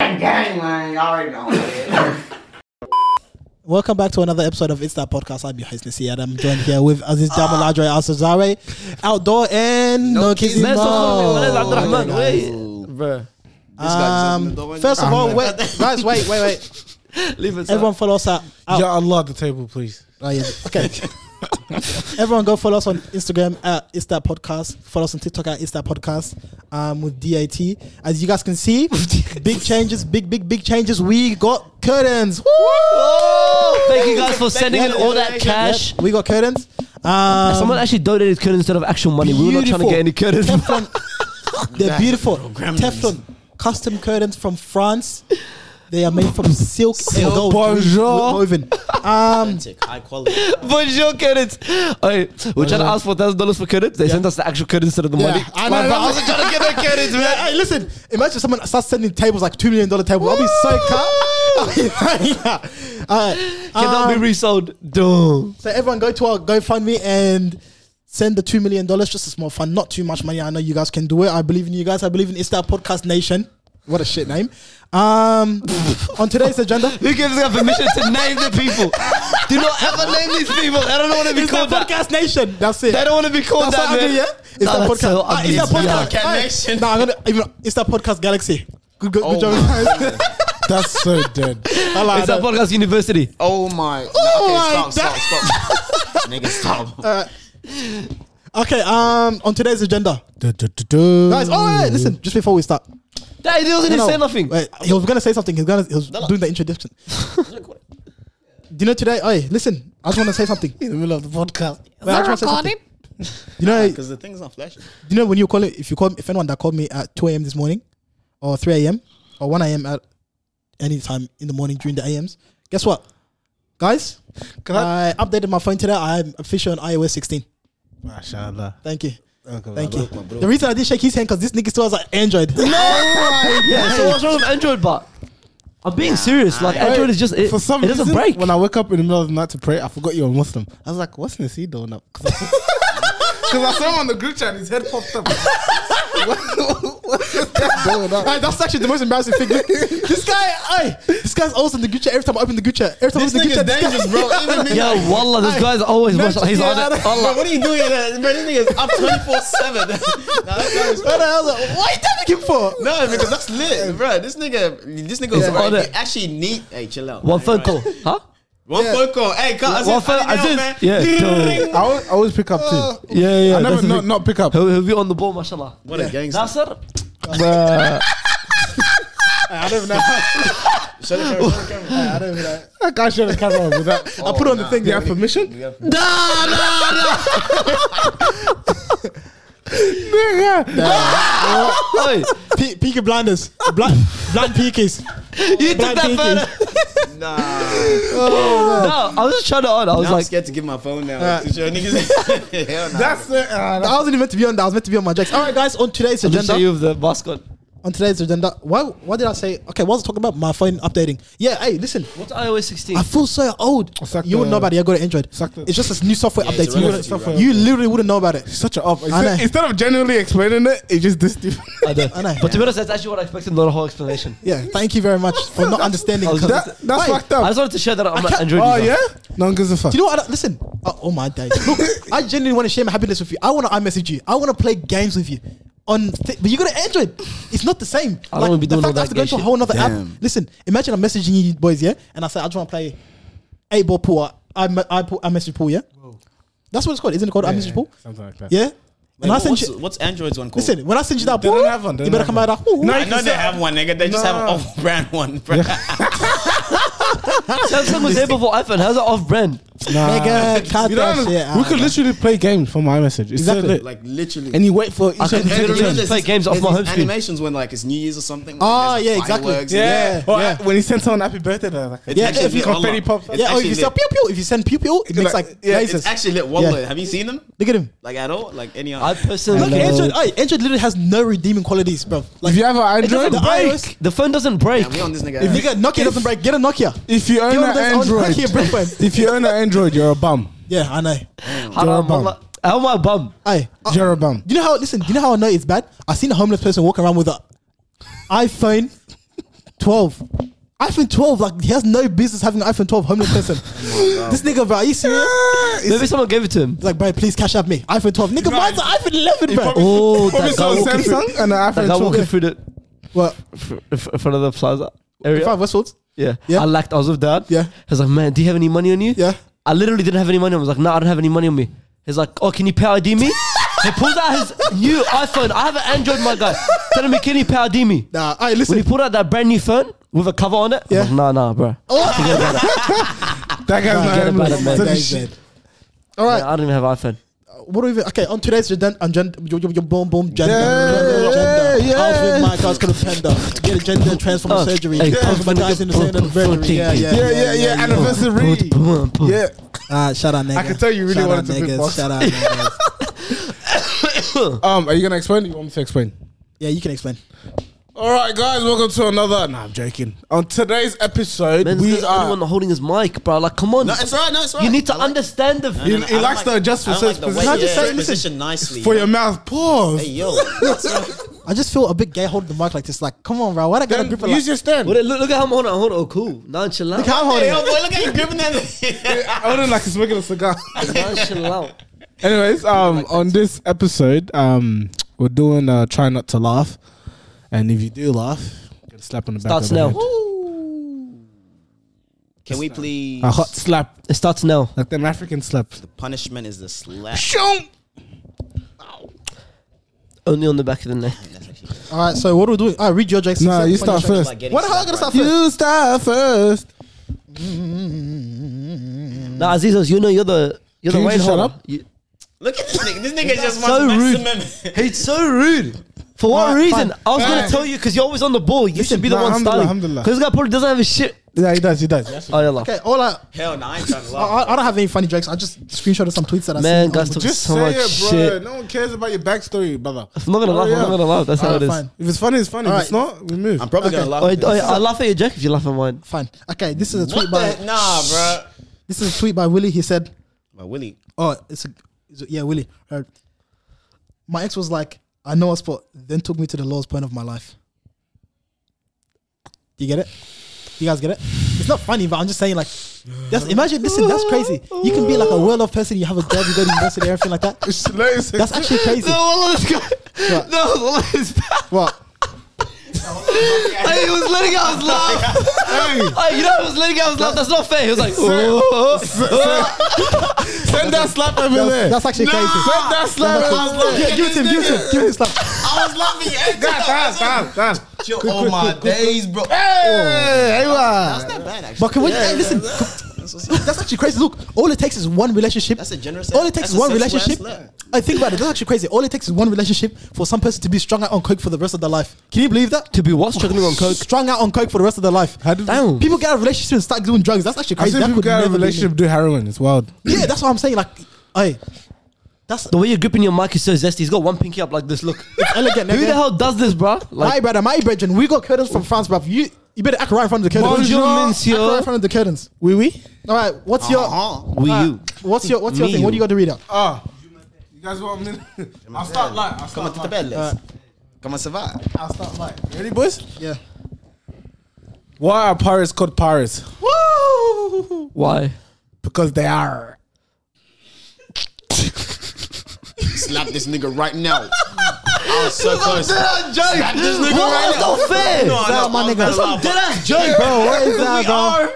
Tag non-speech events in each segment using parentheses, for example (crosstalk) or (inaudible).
ain't gangland. Y'all already know what (laughs) it is. Welcome back to another episode of It's That Podcast. I'm your host, Nisi, and I'm joined here with Aziz Jamal Ah. Adre Al Cesare, Outdoor, and No, Kizzy Let's Mo. talk about it. Abdurrahman, Okay, wait. Bruh. guys. Um, first of all, wait, guys, wait, wait, wait. (laughs) Leave us. Everyone follow us at. out- Yeah, Allah at the table, please. Oh, yeah. (laughs) Okay. Everyone go follow us on Instagram at It's That Podcast. Follow us on TikTok at It's That Podcast um, with DAT. As you guys can see, big changes, big, big, big changes. We got curtains. Woo! Thank you guys for sending in all that cash. Yep, we got curtains. Um, Someone actually donated curtains instead of actual money. We were not trying to beautiful get (laughs) any (laughs) curtains. Teflon. They're beautiful. Teflon. Custom curtains from France. They are made from silk and gold. bonjour. Woven. Um, high quality. Bonjour curtains. Alright, we're trying to ask for thousand dollars for curtains. They sent us the actual curtains instead of the money. Uh, I know. I wasn't trying to get their curtains, (laughs) man. Hey, listen. Imagine someone starts sending tables like two million dollar tables. I'll be so cut. I'll be (laughs) like, yeah. All right. Cannot be Um, resold. Duh. so everyone go to our GoFundMe and send the two million dollars. Just a small fund, not too much money. I know you guys can do it. I believe in you guys. I believe in It's That Podcast Nation. What a shit name. Um, (laughs) on today's (laughs) agenda, Who gives us permission to name the people? Do not ever name these people. They don't want to be It's called that that. podcast nation. That's it. They don't want to be called That's that. what I do, man. yeah? It's Nah, that that's podcast. so Ah, ugly. it's that podcast. Yeah. Hey, Nation. Nah, I'm gonna even. It's that podcast galaxy. Good, good, good Oh job. my (laughs) guys. That's so dead. I like It's that. that podcast university. Oh my. No, Oh okay, my stop, stop, (laughs) stop. Nigga, stop. Uh, Okay. Um. On today's agenda, guys. Oh, wait, listen. Just before we start, That he doesn't No, no, say nothing. Wait, he was gonna say something. He's gonna. He was doing the introduction. (laughs) Do you know today? Hey, listen. I just want to say something. In the middle of the podcast. Wait, I just wanna say something. You know, Because the thing's not flashing. you know when you call it if you call if anyone that called me at 2 a.m this morning or 3 a.m or 1 a.m at any time in the morning during the a.m.s guess what guys Can I? i updated my phone today i'm official on ios 16 MashaAllah. thank you Okay, thank my you bro, my bro. the reason i did shake his hand because this nigga still has an android (laughs) Yeah, so what's wrong with Android, but I'm being serious. Like Android is just it, For some it doesn't reason, break. (laughs) when I woke up in the middle of the night to pray, I forgot you were Muslim. I was like, "What's Nasi doing up?" Because I saw him on the group chat, his head popped up. What's his head doing up? (laughs) Hey, that's actually the most embarrassing thing. this guy, hey, this guy's always in the Gucci. Every time I open the Gucci, every time This I open the nigga's Gucci, this dangerous, guy- (laughs) bro. Even me, yeah, like, wallah, this guy's always No, watching. He's yeah, on (laughs) it. no, bro, what are you doing? Uh, Bro, this nigga's up 24 7. What the hell? What are you tapping him for? No, because that's lit, bro. This nigga, this nigga's Yeah. right. Order. He actually need. Hey, chill (laughs) out. One Hey, phone right. call, huh? One phone call. Hey, cut. I said, One phone. I I need help, did. man. (laughs) Yeah, dude. I always, I always pick up too. yeah, yeah. I that's never the not, thing. not pick up. He'll, he'll be on the ball, mashallah. What a gangster. Nasser, I don't even (laughs) know. Shut the camera, shut the camera. I don't know. That guy showed the camera on without. I put on the thing. You have permission? Oh, We have- (laughs) Yeah. (laughs) Oi, Pe- peaky blinders, blind, blind peakies. (laughs) you took Blind that peakies. photo. (laughs) Nah. Oh, No, I was just trying it on. I was Now (laughs) I'm like, scared to give my phone now. (laughs) Your niggas- (laughs) Hell nah. That's the. Uh, I wasn't meant to be on that. I was meant to be on my jokes. All right, guys. On today's I'll just show agenda, you with the basket. on today's agenda, why? What did I say? Okay, what was I talking about? My phone updating. Yeah. Hey, listen. What's iOS 16? I feel so old. It's like you wouldn't the- know about it. I go to Android. it's like the- It's just this new software Yeah, update. it's You, irrelevant wouldn't- to you, right? you literally wouldn't know about it. such an off. know. Instead, instead of genuinely explaining it, it's just this stupid. I don't. I know. But to be honest, that's actually what I expected. Not a whole explanation. (laughs) Yeah. Thank you very much for not understanding. I was 'cause- just- That, that's Wait, fucked I up. just wanted to share that I'm an Android Oh user. yeah, no one gives a fuck. Do you know what? I don't, listen. Oh, oh my days. (laughs) Look, I genuinely want to share my happiness with you. I want to iMessage you. I want to play games with you. On th- but you got an Android. It's not the same. I don't wanna be the doing all fact I have that to go gay to a shit. whole other app. Damn. Listen, imagine I'm messaging you boys, yeah, and I say I just want to play eight ball pool. uh, I me- I pool, I message pool, yeah. That's what it's called, isn't it called I message pool? Something like that. Yeah. Wait, and I but send what's, you. what's Android's one called? Listen, when I send you that They pool, don't have one, they you don't better have come one. out. Like, No, I know they Microsoft. have one, nigga. They just have an No. off brand (laughs) one, bro. Samsung was here before iPhone. How's that off brand? Nah. nigga, cut (laughs) You don't that under- shit we out. could literally play games from my message. It's Exactly. so lit. like literally. and you wait for each I other could to Hey, take literally you a know, just turn. there's play this- games off there's my these home screen. Animations when like it's New Year's or something. like, Ah, there's yeah, exactly. fireworks. Yeah. Or Yeah. when he sent someone happy birthday, they're like, It's Yeah, actually if you- lit, wallah. confetti pops up. It's Yeah, or if actually you sell lit. pew pew, if you send pew pew, it makes like- like yeah, It's lasers. actually lit. Wallah. Yeah. Have you seen them? Look at him. Like at all? Like any I other? personally. Look, Android, aye, Android literally has no redeeming qualities, bro. Like, if you have an it doesn't Android, break. The phone doesn't break. Yeah, we on this nigga. If you get Nokia, it doesn't break. Get a Nokia. if you own Get one an of those old Nokia Android, brick phones. (laughs) if you own an Android, you're a bum. Yeah, I know. Haram, bum. Allah. How am I a bum? Aye. Uh, You're a bum. you know how? Listen. You know how I know it's bad? I seen a homeless person walk around with a iPhone 12. iPhone 12, like he has no business having an iPhone 12 homeless (laughs) person. this nigga, bro, are you serious? Maybe someone gave it (laughs) to him. He's like, bro, please cash up me. iPhone 12. Nigga, Right. mine's an iPhone 11, bro. probably- Oh, Probably that guy saw a walking through, Samsung and an that guy iPhone 12. (laughs) walking through the What? fr- fr- in front of the plaza area. Five Westwoods? Yeah. Yeah. I lacked. I was with dad. Yeah. He was like, man, do you have any money on you? Yeah. I literally didn't have any money. I was like, nah, I don't have any money on me. He's like, oh, can you Power (laughs) ID me? he pulls out his new iPhone. I have an Android, my guy. Telling me, can you Power ID me? Nah, all right, When he listen. pulled out that brand new phone with a cover on it, Yeah. I was like, nah, nah, bro. That Forget guy's about not it, having man. it. That That is shit. dead. All right, I don't even have an iPhone. what do we okay on today's agenda? agenda your, your, your boom boom gender, Yeah, gender, gender. yeah. I was with Mike. I was gonna tender to get a gender transformer Oh, surgery. hey, yeah, my guys in the same anniversary. Yeah, yeah, Yeah, yeah, yeah. Anniversary. Yeah. Ah, shout out niggas. I could tell you really shout wanted to out niggas. beatbox. Shout out (laughs) niggas. Um, are you gonna explain? Or you want me to explain? Yeah, you can explain. All right, guys, welcome to another. Nah, I'm joking. On today's episode, Man, we this are... the are. only one holding his mic, bro. Like, come on. No, it's alright. No, it's alright. you need to I like- understand the. He, I he don't likes like- to adjust I for don't like certain the way positions. you just saying, position listen, nicely. For yo. your mouth, pause. Hey yo, (laughs) what's up? I just feel a bit gay holding the mic like this. Like, come on, bro. Why do I get a Then grip use of like? your stand. Well, look, look at him. Hold on, hold on. Oh, cool. Nonchalant. Look how I'm holding. Hey, yo, it. boy, look at you (laughs) gripping that. I wouldn't like he's smoking a cigar. (laughs) Nonchalant. Anyways, um, on this episode, um, we're doing uh, try not to laugh, and if you do laugh, get a slap on the back. Starts of now. the head. Can we please? Uh, A hot slap, It starts now. like them African slap. Punishment is the slap. Only on the back of the neck. That's actually All right, so what are we doing? All right, read your Jackson. Nah, you start first. about getting What the hell slapped, gonna right? start first? You start first. Now, Azizos, you know you're the you're Can the you rein just shut holder. up? You- Look at this nigga. This nigga just wants So rude. maximum. He's so rude. For what Alright, reason? fine. I was gonna Fine. tell you because you're always on the ball. You should be the nah, one alhamdulillah, starting. alhamdulillah. Because this guy probably doesn't have his shit. Yeah, he does. He does. Oh yeah, laugh. Okay, all I, (laughs) Hell no, I ain't trying to I, laugh. I don't have any funny jokes. I just screenshotted some tweets that I Man, seen. guys talk Just so say much it, bro. shit. No one cares about your backstory, brother. Oh, I'm not gonna laugh. yeah. I'm not gonna laugh. That's how Alright, it is. fine. If it's funny, it's funny. All If it's not, we move. I'm probably gonna laugh. Oh, at oh, this. yeah, I laugh at your joke if you laugh at mine. Fine. Okay, this is a tweet What by the? Nah, bro. this is a tweet by Willie. He said, My Willie. "Oh, it's a it's a- yeah, Willie." Uh, my ex was like, "I know a spot," then took me to the lowest point of my life. You get it? You guys get it? It's not funny, but I'm just saying, like, that's imagine. Listen, that's crazy. You can be like a world of person. You have a job. You go to university, everything like that. It's hilarious. That's actually crazy. all of this guy. What? No, all of this. What? He was letting out his laugh. Hey, Hey, you know, he was letting out his laugh. That's not fair. He was like, send that slap over there. That's actually crazy. Send that slap. That's over actually- there. Yeah, give it to him. Give it to him. Give it to him. I was laughing at Damn, damn, damn. Yo, oh my days, bro. Hey, hey, That's man. not bad, actually. But can we Yeah, hey, listen? That's what's up. That's actually crazy. Look, all it takes is one relationship. That's a generous All it act. takes That's is a one sexual ass relationship. slap. I think about it. That's actually crazy. All it takes is one relationship for some person to be strung out on coke for the rest of their life. Can you believe that? to be what? Struggling on coke. Strung out on coke for the rest of their life. How did we- Damn. People get out of relationships and start doing drugs. That's actually I crazy. see That people could get out of never be me. relationship do heroin. It's wild. Yeah, that's what I'm saying. Like, hey, that's The way you're gripping your mic is so zesty. He's got one pinky up like this. Look. elegant. Who nigga. the hell does this, bro? my Like, brother, my brethren, we got curtains from France, bruv. You, you better act right in front of the curtains. Bonjour, Act right monsieur. in front of the curtains. Wee wee. All right, what's your, Uh-huh. we you. what's your, what's your Me, thing? What do you you. got to read out? Ah. You guys want me? (laughs) I'll start light. I'll Comment start to the light. bed, Uh, let's. Comment ça va? I'll start light. Ready, boys? Yeah. Why are pirates called pirates? Why? Because they are. Slap this nigga right now. I was so close. Slap this nigga Bro, right that's now. not fair. No, I know, my I was nigga. gonna That's laugh, but- Deadass joke, bro. What is that, bro?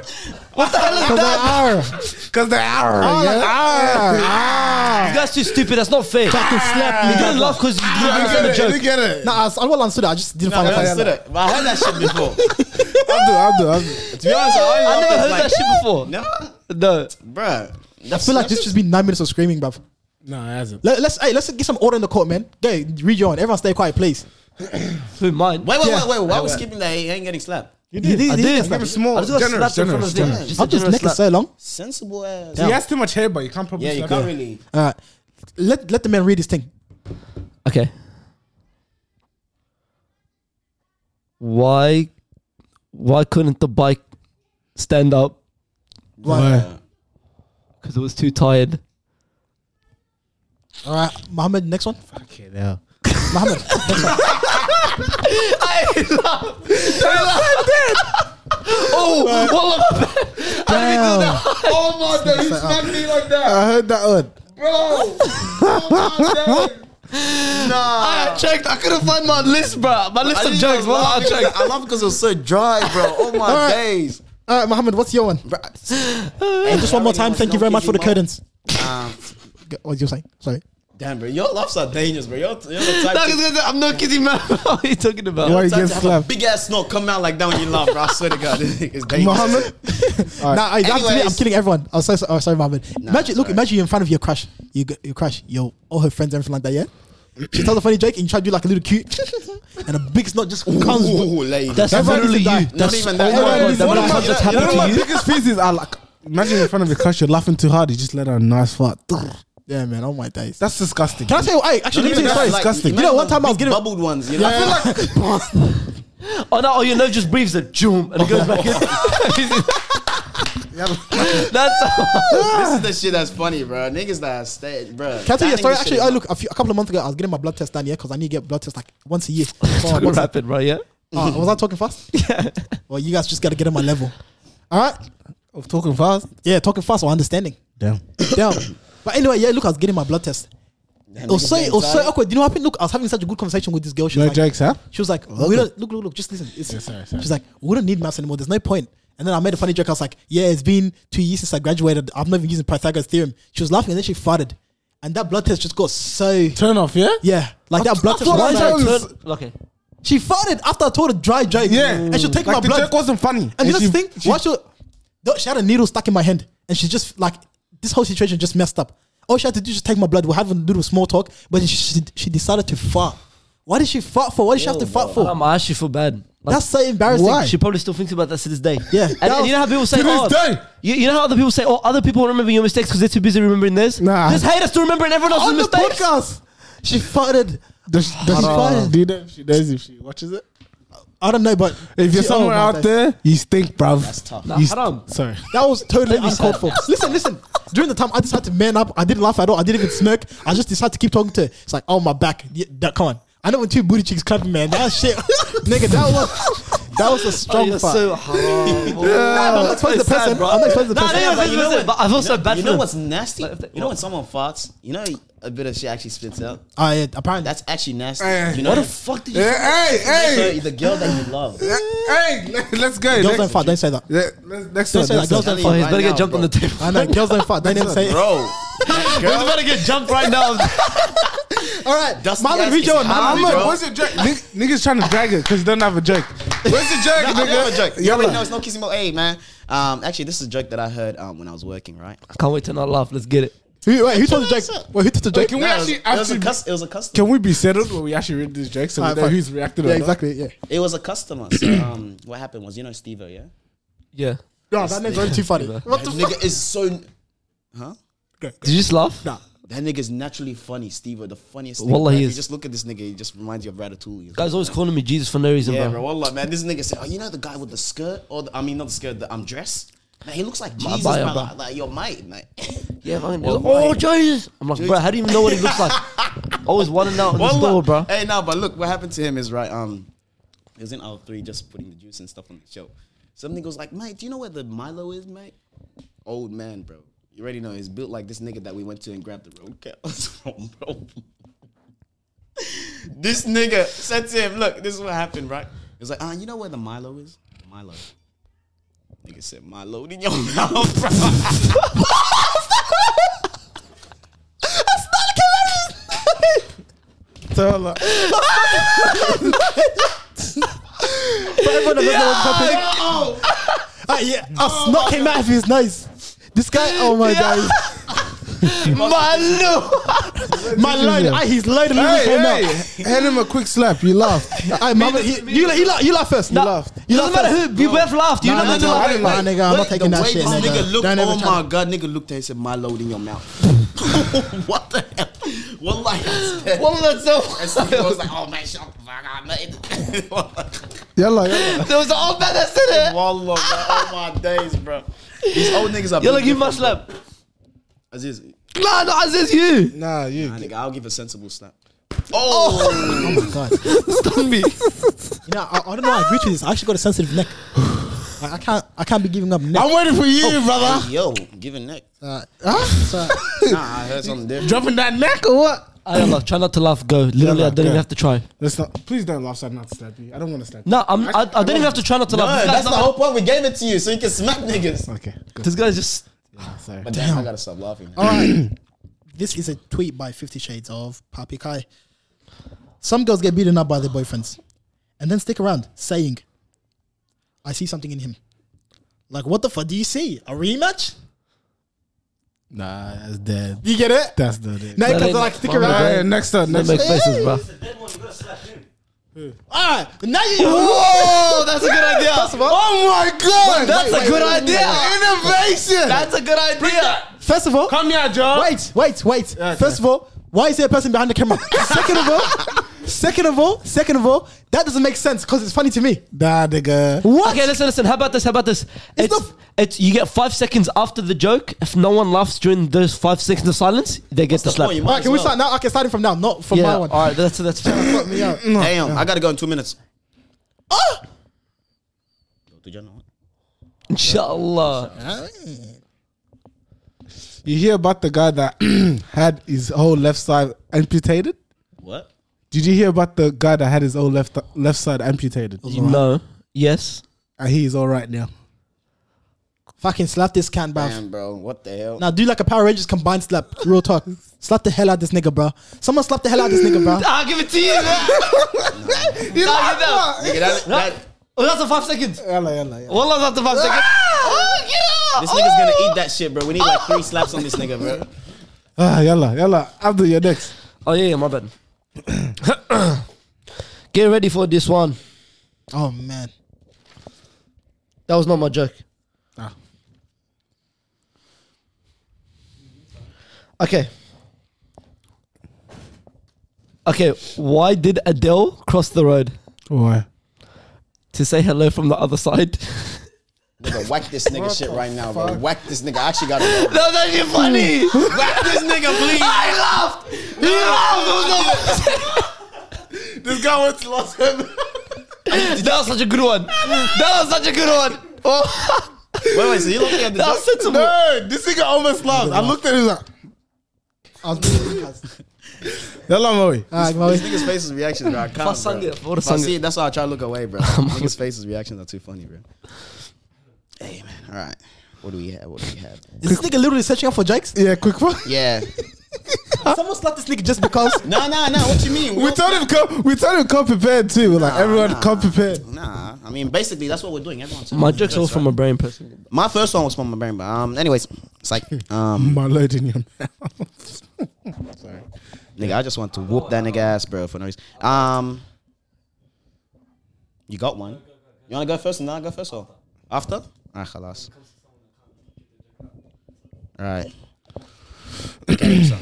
What the hell is Cause that? I are. Because they are. Oh, yeah? Ah. You guys too stupid. That's not fair. Fucking slap You didn't laugh because you didn't understand the joke. get it. Nah, I, I well understood it. I just didn't Nah, find I it funny. understood it. But I heard that (laughs) shit before. To I'll do. I'll do. I'll do. (laughs) be honest, I I always never laugh heard that at, shit before. like, No. No, bruh. I feel like this just been nine minutes of screaming, bruv. No, it hasn't. Let, let's hey, let's get some order in the court, man. Go, read your own. Everyone stay quiet, please. Who, mine? Wait, wait, Yeah. wait, wait. Why was skipping that? He ain't getting slapped. You did. I you did. get slapped. Give him small. I just got Generous, slapped in front generous, of the generous. thing. Just a Up his generous neck is slap. so long. Sensible ass. He has too much hair, but you can't properly. Yeah, you slap can't him. really. All right, let let the man read his thing. Okay. Why why couldn't the bike stand up? Right. Because it was too (laughs) tired. All right, Mohammed, next one. Okay, now. (laughs) Mohammed, next one. (laughs) Oh, what look Damn. Oh my god, he uh, smacked me like that, I heard that one. bro. Oh my god. I Nah. checked. I couldn't find my list, bro. My list of jokes. Well, I checked. I love because it was so dry, bro. Oh my Alright. days. All right, Mohammed, what's your one? And just one more time, thank you very much for the curtains. Um, G- What you saying? Sorry. damn, bro, your laughs are dangerous, bro. You're, you're the (laughs) No, type to, 'cause I'm not kidding, man. (laughs) What are you talking Why about? type you get to have a slapped? big ass snort come out like that when you laugh, bro. I swear to God, (laughs) it's dangerous. (laughs) Mohammed? All Nah, I, right. actually, I'm Anyways. kidding everyone. I'm so, so- oh, sorry, Mohammed. imagine, it's look, alright. imagine you're in front of your crush. You, go- your crush, yo, all her friends, everything like that, yeah? She tells a funny joke and you try to do like a little cute, (laughs) and a big snot just comes. Ooh, lady. That's That's literally why I you. said that. That's Not even oh that. my One God, of that must have just my- you know- you happened know to My you. biggest fears is I like. Imagine in front of your crush, you're laughing too hard. You just let her a nice fart. Yeah, man, oh my days. (laughs) That's disgusting. Can I tell you, hey, actually, let me tell you like- story. disgusting. You know, one time I was getting- bubbled ones. You know, I feel like Oh no! Oh, your nerve just breathes a joom and it (laughs) goes back in. (laughs) That's this is the shit that's funny, bro. Niggas that are staged, bro. Can I tell you a That story? nigga Actually, shit I is- look a, few, a couple of months ago, I was getting my blood test done, yeah, because I need to get blood tests like once a year. (laughs) Oh, so once a- rapid, bro. Yeah. oh, was I talking fast? Well, you guys just got to get on my level. All right. I'm talking fast. Yeah, talking fast or understanding. Damn. (coughs) Damn. But anyway, yeah, look, I was getting my blood test. That It was nigga so, getting it was so tired. awkward. You know what happened? Look, I was having such a good conversation with this girl. She No was like, jokes, huh? she was like we don't, look, look, look, just listen. It's, sorry, sorry. She's like, we don't need maths anymore. There's no point. And then I made a funny joke. I was like, yeah, it's been two years since I graduated. I'm not even using Pythagoras theorem. She was laughing and then she farted. And that blood test just got so, Turn off, yeah. yeah, like that blood test. thought was I like- was- Turn- Okay. she farted after I told her dry joke. Yeah. And she'll take Like, my the blood. joke wasn't funny. And, you And know the she- thing? she- Why she, no, she had a needle stuck in my hand and she just like this whole situation just messed up. All she had to do was just take my blood. We're having a little small talk, but she she decided to fart. Why did she fart for? What did she have to fart for? Um, I actually feel bad. Like, That's so embarrassing. Why? She probably still thinks about that to this day. Yeah. And, That and you know how people say, To this oh, day. You, you know how other people say, oh, other people won't remember your mistakes because they're too busy remembering theirs? Nah. Just hate us to remembering everyone else's On the mistakes. podcast, she farted. Does, she- does she Haram. do that if she does if she watches it? I don't know, but If you're she- oh somewhere my out days. there, you stink, bruv. That's tough. Nah, You haram. st- sorry. that was totally uncalled for. Listen, listen. During the time, I decided to man up. I didn't laugh at all. I didn't even smirk. I just decided to keep talking to her. It's like, oh my back. Yeah, that, come on. I know when two booty cheeks clapping, man. That shit, (laughs) nigga. That was that was a Oh, strong you're fart. so haram. I'm not exposing the person. I'm not exposing the Nah, person. they but don't you know listen, what- but I feel so bad You for know them. what's nasty? Like, You know when someone farts, you know a bit of shit actually spits out. Ah, yeah, apparently. That's actually nasty. Eh. You know What the fuck did you Hey, So the girl that you love. hey, let's go. girls don't fart. Don't say that. Next Don't say that. Girls don't Oh, Italian. fart. he's Right better now, get jumped bro. on the table. I know. Girls don't fart. Don't even say it. Bro, He's better get jumped right now. All right. Dusty Marlon, ass read your one. is hot. Marlon, Bro. Muhammad, where's your joke? Nig- Niggas trying to drag it because you don't have a joke. Where's the joke, I nigga? have a joke. You Yalla. already know it's no kissing mo. Hey, man. Um, actually, this is a joke that I heard um, when I was working, right? I can't wait to not laugh. Let's get it. Who, wait, who told the joke? Wait, who told the joke? Can we No, actually, it, was, it, was a actually- cus- it was a customer. Can we be settled when we actually read this joke so we Alright, know fine. who's reacted? Yeah, or not? exactly. Yeah. It was a customer. So, (clears throat) um, what happened was, you know, Stevo, yeah? Yeah. No, that name's already too funny. What the That nigga is so. Huh? Did you just laugh? fuck? That nigga's naturally funny, Stevo. The funniest nigga. Wallah, bro. he If is. You just look at this nigga, he just reminds you of Ratatouille. Guys always calling me Jesus for no reason, yeah, bro. bro. Wallah, man. This nigga said, oh, you know the guy with the skirt? Or the, I mean, not the skirt, the um, dress? Man, he looks like Jesus, bye, man. bro. Like, like your mate, mate. (laughs) Yeah, fucking. Oh, Jesus. I'm like, bro, how do you even know what he looks like? Always wanting out in the Wallah. store, bro. Hey, no, but look, what happened to him is right. Um, he was in aisle three, just putting the juice and stuff on the shelf. Something goes like, mate, do you know where the Milo is, mate? Old man, bro. You already know he's built like this nigga that we went to and grabbed the (laughs) roadkill from, bro. this nigga said to him, look, this is what happened, right? He was like, uh, you know where the Milo is? Milo. Nigga said, Milo in your (laughs) mouth, bro. So, like, Everyone knows what's happening. (laughs) Ah, yeah, a Oh, snot came out of his nose. This guy, oh my (laughs) god, my load, ah, his load of hey, came out. hey, hey, hand him a quick slap. You laughed. Ah, mama, he, you, la- you, la- you laugh first. Nah, You laugh. You Doesn't laugh matter first. who. You both laughed. You Nah, know nah, that. nah, I laugh. didn't laugh, nigga. I'm not Wait, taking the that way shit. This nigga nigga. looked, Don't ever oh my try. god, nigga looked at him and said, my load in your mouth. (laughs) what the hell? Wallahi, that's dead. Well, that's And so. so I was like, oh man, shut the fuck up, (laughs) man. Yalla, yalla. (laughs) There was an old man that said it. Wallah, man, oh my days, bro. These old niggas are You're like, you must different, bro. slap. Aziz, Nah, no, I says you. Nah, you. nah, nigga, I'll give a sensible snap. Oh, Oh (laughs) my god. Stun me. You know, I, I don't know. I agree to this. I actually got a sensitive neck. (sighs) I, I can't. I can't be giving up neck. I'm waiting for you, Oh. brother. Hey, yo, giving neck. Uh, huh? So, Nah, Oh. I heard something different. Dropping that neck or what? I don't know, try not to laugh. Go. Literally, Yeah, I don't go. even have to try. Let's not. Please don't laugh so I'm not to stab you. I don't want to stab you. No, I'm. I, I don't even have to try not to No, laugh. This guy's that's the not- whole point. We gave it to you so you can smack niggas. (laughs) Okay. Good. This guy's just. Sorry. But damn, I gotta stop laughing. Oh, all right. This is a tweet by Fifty Shades of Papi Kai. Some girls get beaten up by their boyfriends, and then stick around saying, "I see something in him." Like, what the fuck do you see? A rematch? Nah, that's dead. You get it? That's dead. No, That because ain't- like stick Mama, around. that- Alright, next up. Don't Next make up. faces, bro. All right, now you. (laughs) Whoa, that's a good idea. Oh my god! That's a good idea. Innovation! That's a good idea. First of all, Come here, Joe. wait, wait, wait. Okay. First of all, why is there a person behind the camera? (laughs) second of all, second of all, second of all, that doesn't make sense because it's funny to me. Nah, nigga. What? Okay, listen, listen. How about this? How about this? It's, not- it's you get five seconds after the joke. If no one laughs during those five seconds of silence, they get the slap. Oh, you All might right, as can we well. start now? Okay, starting from now, not from yeah, my one. all right, that's that's fair. Fuck me out. Damn, I gotta go in two minutes. Oh! Ah! Yo, did y'all know what? Inshallah. You hear about the guy that (clears throat) had his whole left side amputated? What? Did you hear about the guy that had his whole left left side amputated? You know. Yes. And he's all right now. Fucking slap this can, bruv. Damn, bro, what the hell? Now do like a Power Rangers combined slap. Real talk. slap the hell out this nigga, bro. Someone slap the hell out this nigga, (laughs) bro. I'll Ah, give it to you. Man. You laugh laugh. Nigga, that, that, Oh, that's a five seconds. Wallah, that's a five seconds. Ah! this nigga's gonna eat that shit, bro. We need like three slaps on this nigga, bro. Ah, yalla, yalla. Abdul, you're next. Oh yeah, yeah, my bad. (coughs) get ready for this one. Oh man. That was not my joke. Ah. Okay. Okay, why did Adele cross the road? Why? To say hello from the other (laughs) side. Nigga, whack this nigga shit right now, bro. Whack this nigga. I actually gotta go. no, that's you funny! (laughs) (laughs) Whack this nigga, please. I laughed! You laughed! (laughs) this guy went to Los Angeles. That was such a good one. That was such a good one. Oh, Wait, wait, so you looking at the that was joke? sensible. No, this nigga almost laughed. I looked at him like, I was being sarcastic. yalla, Moe. All right, This Maui. nigga's faces reactions, bro. I can't. Fasanga, Bro. what a If I sanga. see it, that's why I try to look away, bro. nigga's faces reactions are too funny, bro. Hey man, all right. What do we have? What do we have? Is this nigga literally searching up for jokes? Yeah, quick one. Yeah. (laughs) Someone slap this nigga just (laughs) because. No, no, no. What you mean? We told him come. We told him come prepared too. We're like Nah, everyone nah. come prepared. Nah, I mean basically that's what we're doing. Everyone's My joke's all from a brain person. My first one was from my brain, but um, anyways, (laughs) it's like um, My load in your mouth. nigga, I just want to whoop that nigga ass, bro, for no reason. Um, you got one. You wanna go first, and then I go first, or after? Ah, خلاص. All right. Okay, (coughs) so,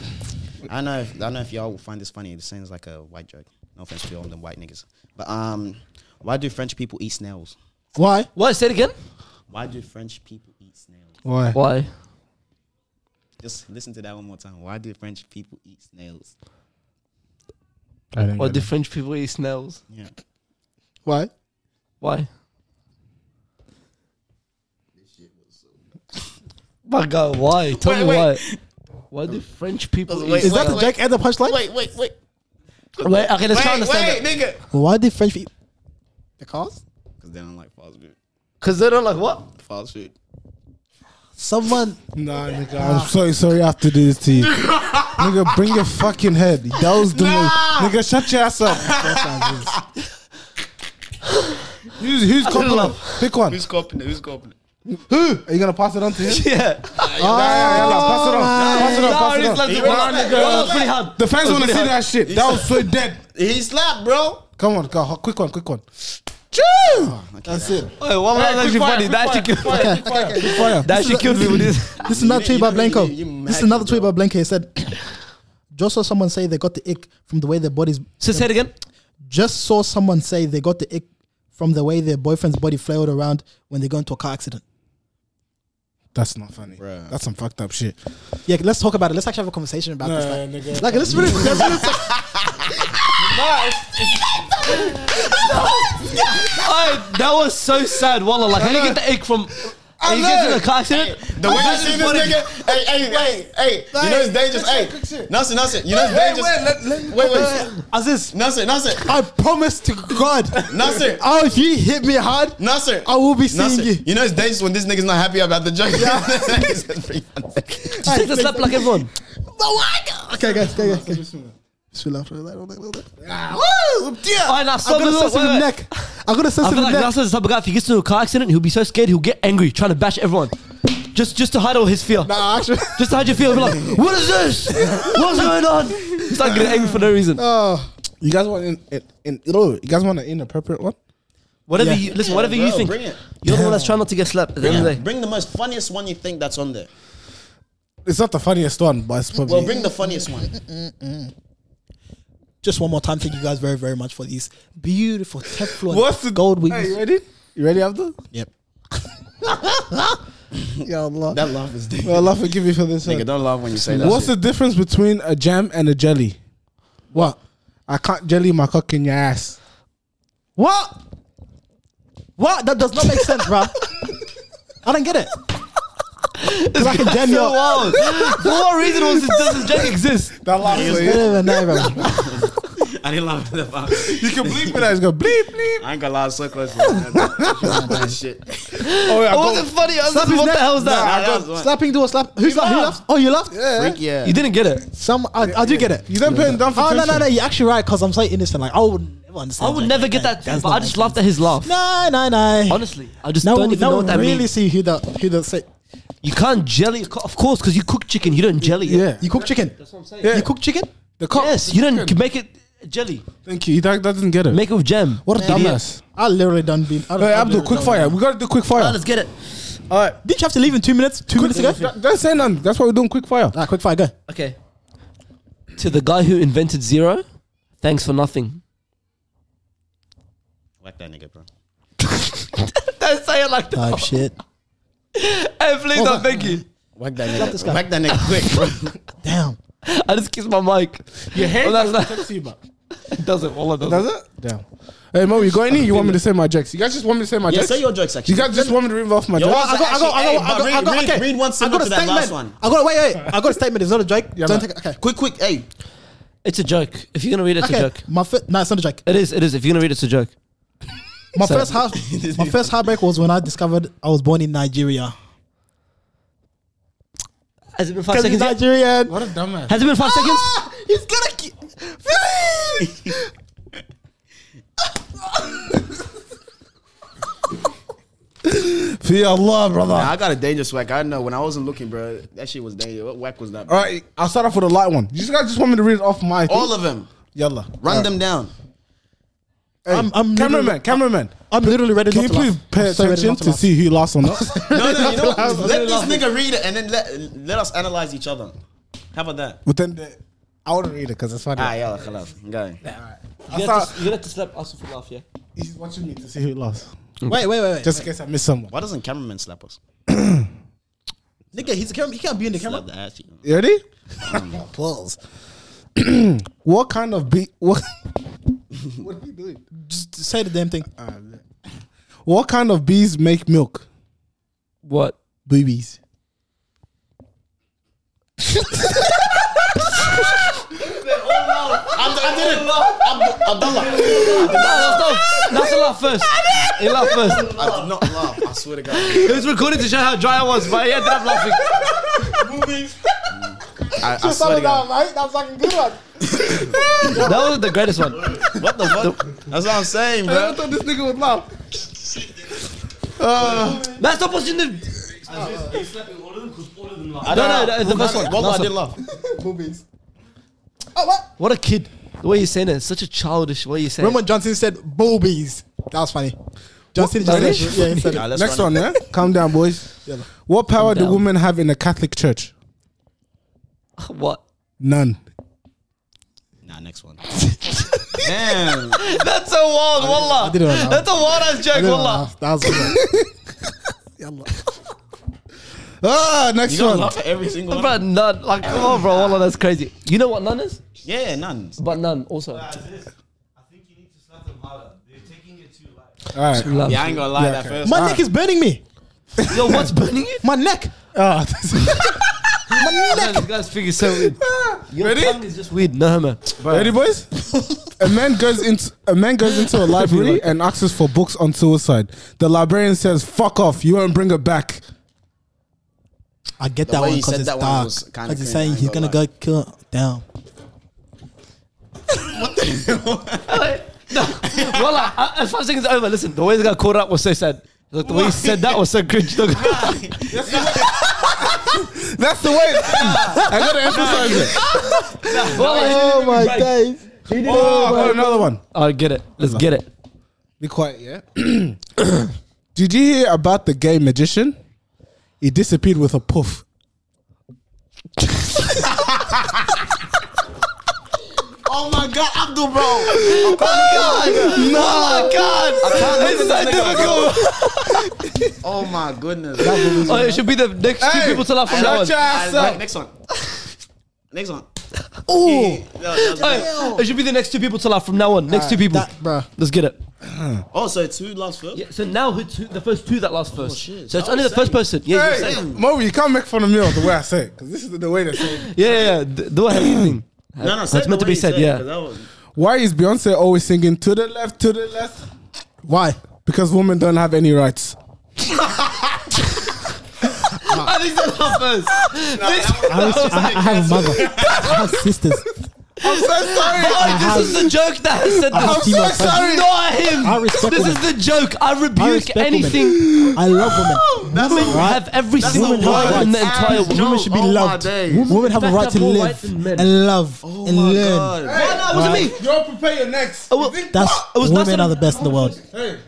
I don't know. If, I don't know if y'all will find this funny. This sounds like a white joke. No offense to all them white niggas, but um, why do French people eat snails? Why? What? Say it again? Why do French people eat snails? Why? Why? Just listen to that one more time. Why do French people eat snails? I don't Why get do French people eat snails? Yeah. Why? Why? My God, why? Tell Wait, me wait. why. Why do French people Wait, eat Is wait, that the snails? joke and the punchline? Wait, wait, wait. Wait, okay, let's try and understand it. nigga. Why did French eat? Because Because they don't like fast food. Because they don't like what? Fast food. (laughs) someone. it. Nah, nigga. I'm so sorry I have to do this to you, nigga. Bring your fucking head. That was the most. Nigga, shut your ass up. who's who's copying love- Pick one. Who? copying it? Who's copying it? Are you gonna pass it on to him? Yeah. Yeah, yeah, yeah, like, pass it on. Pass it on. Nah, Pass it's like- it on. well, that was pretty hard. The fans want to see that shit. That was so dead. He slapped, bro. Come on, go. Quick one. Quick one. Ah, That's it. Wait, what was actually funny? That actually killed me. Fire. That actually killed me with this. This is another you- tweet you- by Blanco. you- you This is another mad, tweet by bro. Blanco. He said, (coughs) "Just saw someone say they got the ick from the way their bodies. So say it again. Just saw someone say they got the ick from the way their boyfriend's body flailed around when they got into a car accident." That's not funny. Bruh. That's some fucked up shit. Uh, Yeah, let's talk about it. Let's actually have a conversation about this. Like, nigga. like let's really, let's really talk- I, that was so sad, Wallah. Like, how do you get the egg from? I he gets in know. a car accident. The way you see this nigga, hey, hey, hey, hey, you know it's dangerous. quick shit, Hey, quick shit. Nelson, Nelson, you know it's dangerous. let- let me- Wait, wait, Aziz, Nelson, Nelson, I promise to God, Nelson, oh, if you hit me hard, Nelson. I will be seeing Nelson, you. you know it's dangerous when this nigga's not happy about the joke. (laughs) Just take the slap like everyone. Oh Okay, guys, okay, guys. okay. Alright, now I'm stop. gonna sensitive Wait, wait, wait. neck. I'm gonna I feel sensitive like neck. Nelson's the type of guy. If he gets into a car accident, he'll be so scared he'll get angry, trying to bash everyone, just just to hide all his fear. Uh, Nah, actually, Just to hide your fear. Be like, what is this? What's going on? He's like getting angry for no reason. oh, uh, You guys want in, in, in oh, you guys want an inappropriate one? Whatever Yeah. you listen, whatever you bro, think, bring it. you're the one that's trying not to get slapped. At the end of the day, Bring the most funniest one you think that's on there. It's not the funniest one, but it's probably Well, bring the funniest (laughs) one. just one more time. Thank you guys very, very much for these beautiful Teflon (laughs) What's the- gold wings. Hey, you ready? You ready, Abdul? Yep. Ya Allah. That laugh is deep. Well, Allah forgive you for this. Nigga, one. don't laugh when you say that. What's the difference between a jam and a jelly? What? I can't jelly my cock in your ass. What? What? That does not make sense, bro. I don't get it. (laughs) 'Cause I can jam so your. wild. For what reason was this, does this joke exist? That last I don't even know, bro. I didn't laugh at the fuck. You can bleep it. It's go bleep bleep. I ain't gonna lie, I was so (laughs) close. to that. that shit. Oh, yeah, I It got, wasn't funny. I was Slap like, his (laughs) what neck. the hell was that? Nah, I got one. Slapping do a slap. Who slapped? Who laughed? Oh, you laughed. yeah. Freak, (laughs) yeah. You didn't get it. Some I, I do get it. You don't put it down for Oh no no no! attention. You're actually right because I'm so innocent. Like I would never I understand. would like, never get that. But I just laughed at his laugh. No no no. Honestly, I just now don't we, even now know we what that really means. see who the who the say. You can't jelly, of course, because you cook chicken. You don't jelly it. Yeah. You cook chicken. That's what I'm saying. Yeah. You cook chicken. The cock. Yes, you don't make it jelly. Thank you. That, that doesn't get it. Make it with jam. what a Idiot. dumbass. I literally done been. I don't, Hey, I Abdul, literally quick done fire. been- We gotta do quick fire. Ah, let's get it. Didn't you have to leave in two minutes? Two minutes ago. Don't- Don't say none. That's why we're doing quick fire. Ah, quick fire. (laughs) Go. Okay. To the guy who invented zero, thanks for nothing. Whack that nigga, bro. Don't say it like that. Type shit. Hey, please, don't thank you. Whack that nigga. Whack that nigga quick, bro. Damn. I just kissed my mic. Your hair Well, that's not- you back. It doesn't. Wallah doesn't. Does it? Damn. Hey, Mo, you got any? You want me to say my jokes? You guys just want me to say my Yeah, jokes? say your jokes, actually. You guys just want me to read off my Yo, jokes? I got- I got- I got- I got- I got- okay. I got a statement. I got. Wait, wait. I got a statement. It's not a joke. Yeah, Don't man. take. it. Okay. quick, quick, hey. It's a joke. If you're gonna read it, it's Okay. a joke. My first. No, it's not a joke. It is. It is. If you're gonna read it, it's a joke. My So- first (laughs) heart, my first heartbreak was when I discovered I was born in Nigeria. Has it been five Because he's seconds? yet? Nigerian. What a dumbass. Has it been five seconds? He's gonna. ki- Fear Allah, brother. I got a dangerous whack. I know when I wasn't looking, bro, that shit was dangerous. What whack was that? All right, I'll start off with a light one. You guys just want me to read off my thing? All of them. Yalla. Run All them down. right. Hey, I'm- I'm cameraman, literally- cameraman. I'm literally ready. Can you not to please laugh. pay I'm so ready attention not to, laugh. see who laughs or not? (laughs) (laughs) No, no, you know I what? (laughs) was Let this nigga read it and then let, let us analyze each other. How about that? but then the, I wouldn't read it because it's funny. Ah, yeah, خلاص. Go. I'll start, you have to slap us for laugh, yeah. he's watching me to see who laughs, Wait, wait, wait, wait. just in case I miss someone. Why doesn't cameraman slap us? nigga, he's a camera. He can't be in the camera. Slap the ass. you know. You ready? Hmm. (laughs) Balls. (clears throat) What kind of beat? What? what are you doing? Just say the damn thing. What kind of bees make milk? What? Boobies. I, I didn't. Abd- Abdullah. No, that's not. That's a laugh first. You laugh first. I did not laugh. I swear to God. (laughs) It was recorded to show how dry I was, but yeah, I'm laughing. I, I swear to God. right? That was fucking good one. That was the greatest one. What the fuck? That's what I'm saying, I never bro. thought this nigga would laugh. Man, stop watching the. I No, no, no, the first one. Wallah, I Last did one. laugh. Boobies. What a kid. The way you're saying it, it's such a childish way you're saying Remember when Johnson said boobies? That was funny. Johnson just Really? said, yeah, he said it. Nah, let's Next run one, it. yeah? Calm down, boys. What power do down. women have in the Catholic Church? it. What? None. Nah, next one. Damn. (laughs) That's a wild, wallah. didn't laugh. That's a wild ass joke, wallah. That was good. (laughs) (laughs) Ah, next You gonna one. laugh at every single Bro, one? none. Like, come on, bro, wallah, that's crazy. You know what none is? Yeah, none. But none also. All right. Love. Yeah, I ain't gonna lie. Yeah, that okay. first. My neck (laughs) is burning me. Yo, what's burning it? My neck. Oh, Man, this guy's figure so (laughs) weird. Your Ready? tongue is just weird. No, man. Ready, boys? a man goes into a man (laughs) goes into a library and asks us for books on suicide. The librarian says, "Fuck off! You won't bring it back." I get The that way one you because said it's that dark. one was kinda Because he's cringe, I saying ain't he's gonna gonna go kill down. (laughs) No. uh, Well, like, I, I- five seconds over. Listen, the way this guy caught up was so sad. Like, the way he said that was so (laughs) cringe. Look. That's the way. (laughs) I gotta emphasize it. well, my like, days. Oh, I got another one. I get it. Let's get it. Be quiet, yeah. (clears throat) Did you hear about the gay magician? He disappeared with a poof. Oh my god, Abdul, bro. Oh my god. Oh God! This is so difficult. Oh my goodness. Oh, it should be the next two people to laugh from that one. shut your ass Alright, right, up. next one. Next one. Oh, No, that was- Oh, it should be the next two people to laugh from now on. Next two people. that, bruh. Let's get it. Oh, so it's who last first? Yeah, so now who two, the first two that last first. shit. So it's I only the was first person. Yeah, you Hey, say- Mo, you can't make fun of me of the way I say it because this is the way they say it. yeah, yeah. yeah. D- Do I (coughs) have anything? No, no, It's say it meant the to be way you said, say it, yeah. 'cause that was- Why is Beyonce always singing to the left, to the left? why? Because women don't have any rights. I think that's not first. I, was, I, I have a mother. I have sisters. (laughs) I'm so sorry. Oh, this is the joke that has said have this. female so sorry. Not him. I respect this women. is the joke. I I rebuke respect anything. women. I love women. Women have every That's single women the have right in the worst entire ass world. joke Women should be of oh my loved. days. Women have a In fact, right to have more live rights than men. and love and my learn. God. Oh, no, it wasn't me. Y'all prepare your next. well, You think- That's It was women nothing- are the best in the world. Hey.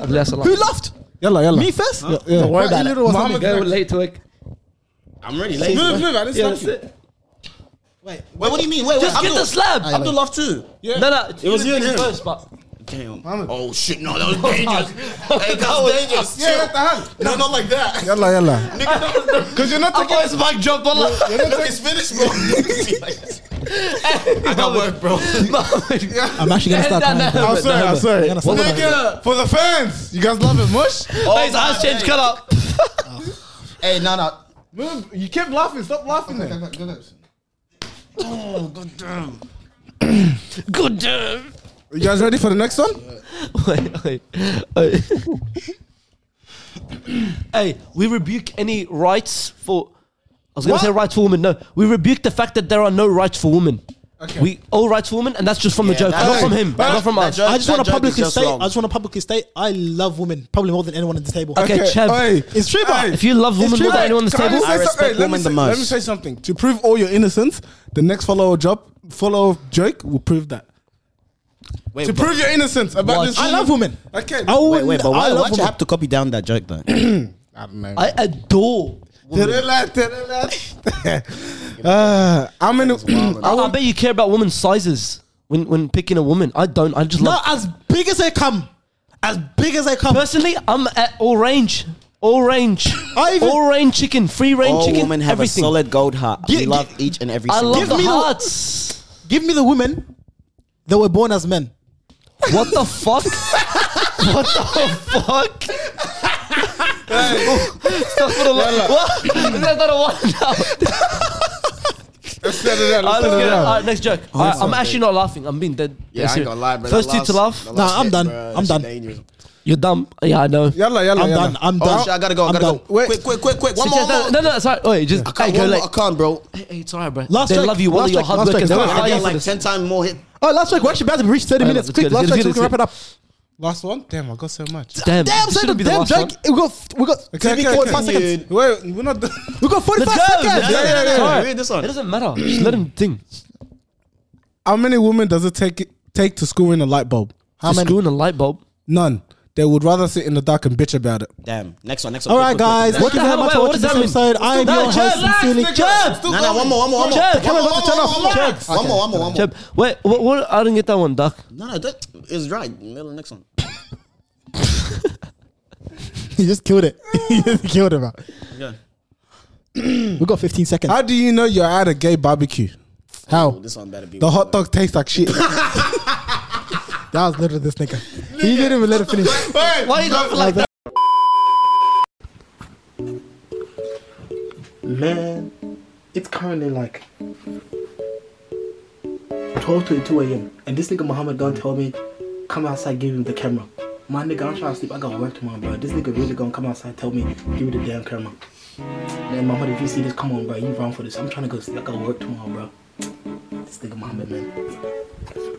I've lost a lot. Who laughed? Yalla, yalla. Me first? Yeah. Don't worry about it. Muhammad's Go next. late to work. I'm really late. Move, move. I didn't Yeah, that's stop you. it. Wait, what do you mean? Wait, wait. Just get the slab. Abdul love too. Yeah. No, no. It was you and him. First, but Damn. Oh shit, no, that was dangerous. hey, that, That was- was dangerous. Yeah, at the hand. No, not like that. Yalla, yalla. Nigga, (laughs) that was the Because you're not taking. his mic dropped on. like- Look, it's finished, (laughs) bro. I got work, bro. I'm actually gonna start Yeah, crying. no, bro. no. I'm sorry, I'm I'm sorry. gonna start crying. Nigga. For the fans, you guys love it, mush. Oh, his eyes changed colour. Hey, no, no. Move. You kept laughing. Stop laughing. then. Oh, god damn. (laughs) Good. damn. You guys ready for the next one? Wait, wait, wait. (laughs) hey, we rebuke any rights for. I was going What? to say rights for women. No, we rebuke the fact that there are no rights for women. Okay. We all rights for women, and that's just from the Yeah, joke, that- not Hey, from him, that- not from that us. joke- I just want that to joke is publicly just state. wrong. I just want to publicly state. I love women probably more than anyone at the table. Okay, Cheb. It's true, bro. Hey. If you love women It's more true. than anyone on this Can I table, just say I something? respect let, me women say, the most. let me say something. To prove all your innocence, the next follow job follow joke will prove that. Wait, to but- prove your innocence about Watch. this, I love women. Okay, I would, Wait, wait, but why, I why'd love you women. have to copy down that joke, though? I don't know. I adore. To the left, to the (laughs) left. uh, I'm in. I, I bet you care about women's sizes when when picking a woman. I don't. I just No, love. as big as they come, as big as they come. Personally, I'm at all range. All range. I even- all range chicken. Free range All chicken. women have everything. a solid gold heart. Gi- we gi- love each and every I single love Give the me the- hearts. Give me the women that were born as men. What the fuck? (laughs) what the fuck? Stop for the love. What? (laughs) That's not a one now. Alright, let's get it. Alright, next joke. Alright, I'm actually not laughing. I'm being dead. Yeah, I ain't serious. gonna lie, bro. First That two to last- laugh. that Nah, last I'm hit, done. bro, I'm that shit done. dangerous. You're dumb. Yeah, I know. (clears throat) Yalla, yalla, I'm yalla. done. I'm Oh, done. shit, I gotta go. I I'm gotta done. go. Wait, quick, quick, quick, quick. One Sit more. down. one no, more. no, no, sorry. Wait, just I hey, can't, go one more. late. I can't, bro. Hey, hey, it's alright, bro. Last they joke. love you. All Last your joke. hard Last work joke. is No, not I I high got for like this. 10 times more hit. Oh, last week we're actually about to reach 30 Alright, minutes. let's Quick, get it, last let's week get we it, can wrap it up. Last one. Damn, I got so much. Damn, Damn, this say the shouldn't be damn last joke. We got we got Okay, okay, 45 okay. seconds. Wait, we're not done. (laughs) We got 45 Let's go. seconds. Yeah, yeah, yeah. Sorry. Read this one. one. It doesn't matter. Just let him think. How many women does it take take to screw in a light bulb? How Just many? Screw in a light bulb. None. They would rather sit in the dark and bitch about it. Damn. Next one, next one. All Quick, right, quick, guys. Thank quick. you the very hell? much Wait, for what watching this does that mean? episode. I am No, your host, chill, relax, sincerely. nigga. Chub. No, no, one more, one more, one more. Chad, One come more, on, one let's more, turn off. one more. Chad. One more, one more, one more. Cheb, wait, what, what? I didn't get that one, Doc. No, no, that is right. Middle, Next one. (laughs) He just killed it. He just killed it, man. Yeah. We got 15 seconds. How do you know you're at a gay barbecue? Oh, This one better be. The hot dog tastes like shit. That was literally this nigga. He didn't even let it finish. Why you laughing like that? Man, it's currently like 12 to 2 a.m. And this nigga Muhammad gonna tell me, come outside, give him the camera. My nigga, I'm trying to sleep. I got work tomorrow, bro. This nigga really gonna come outside, tell me, give me the damn camera. Man, Muhammad, if you see this, come on, bro. You wrong for this. I'm trying to go sleep. I got work tomorrow, bro. This nigga Muhammad, man.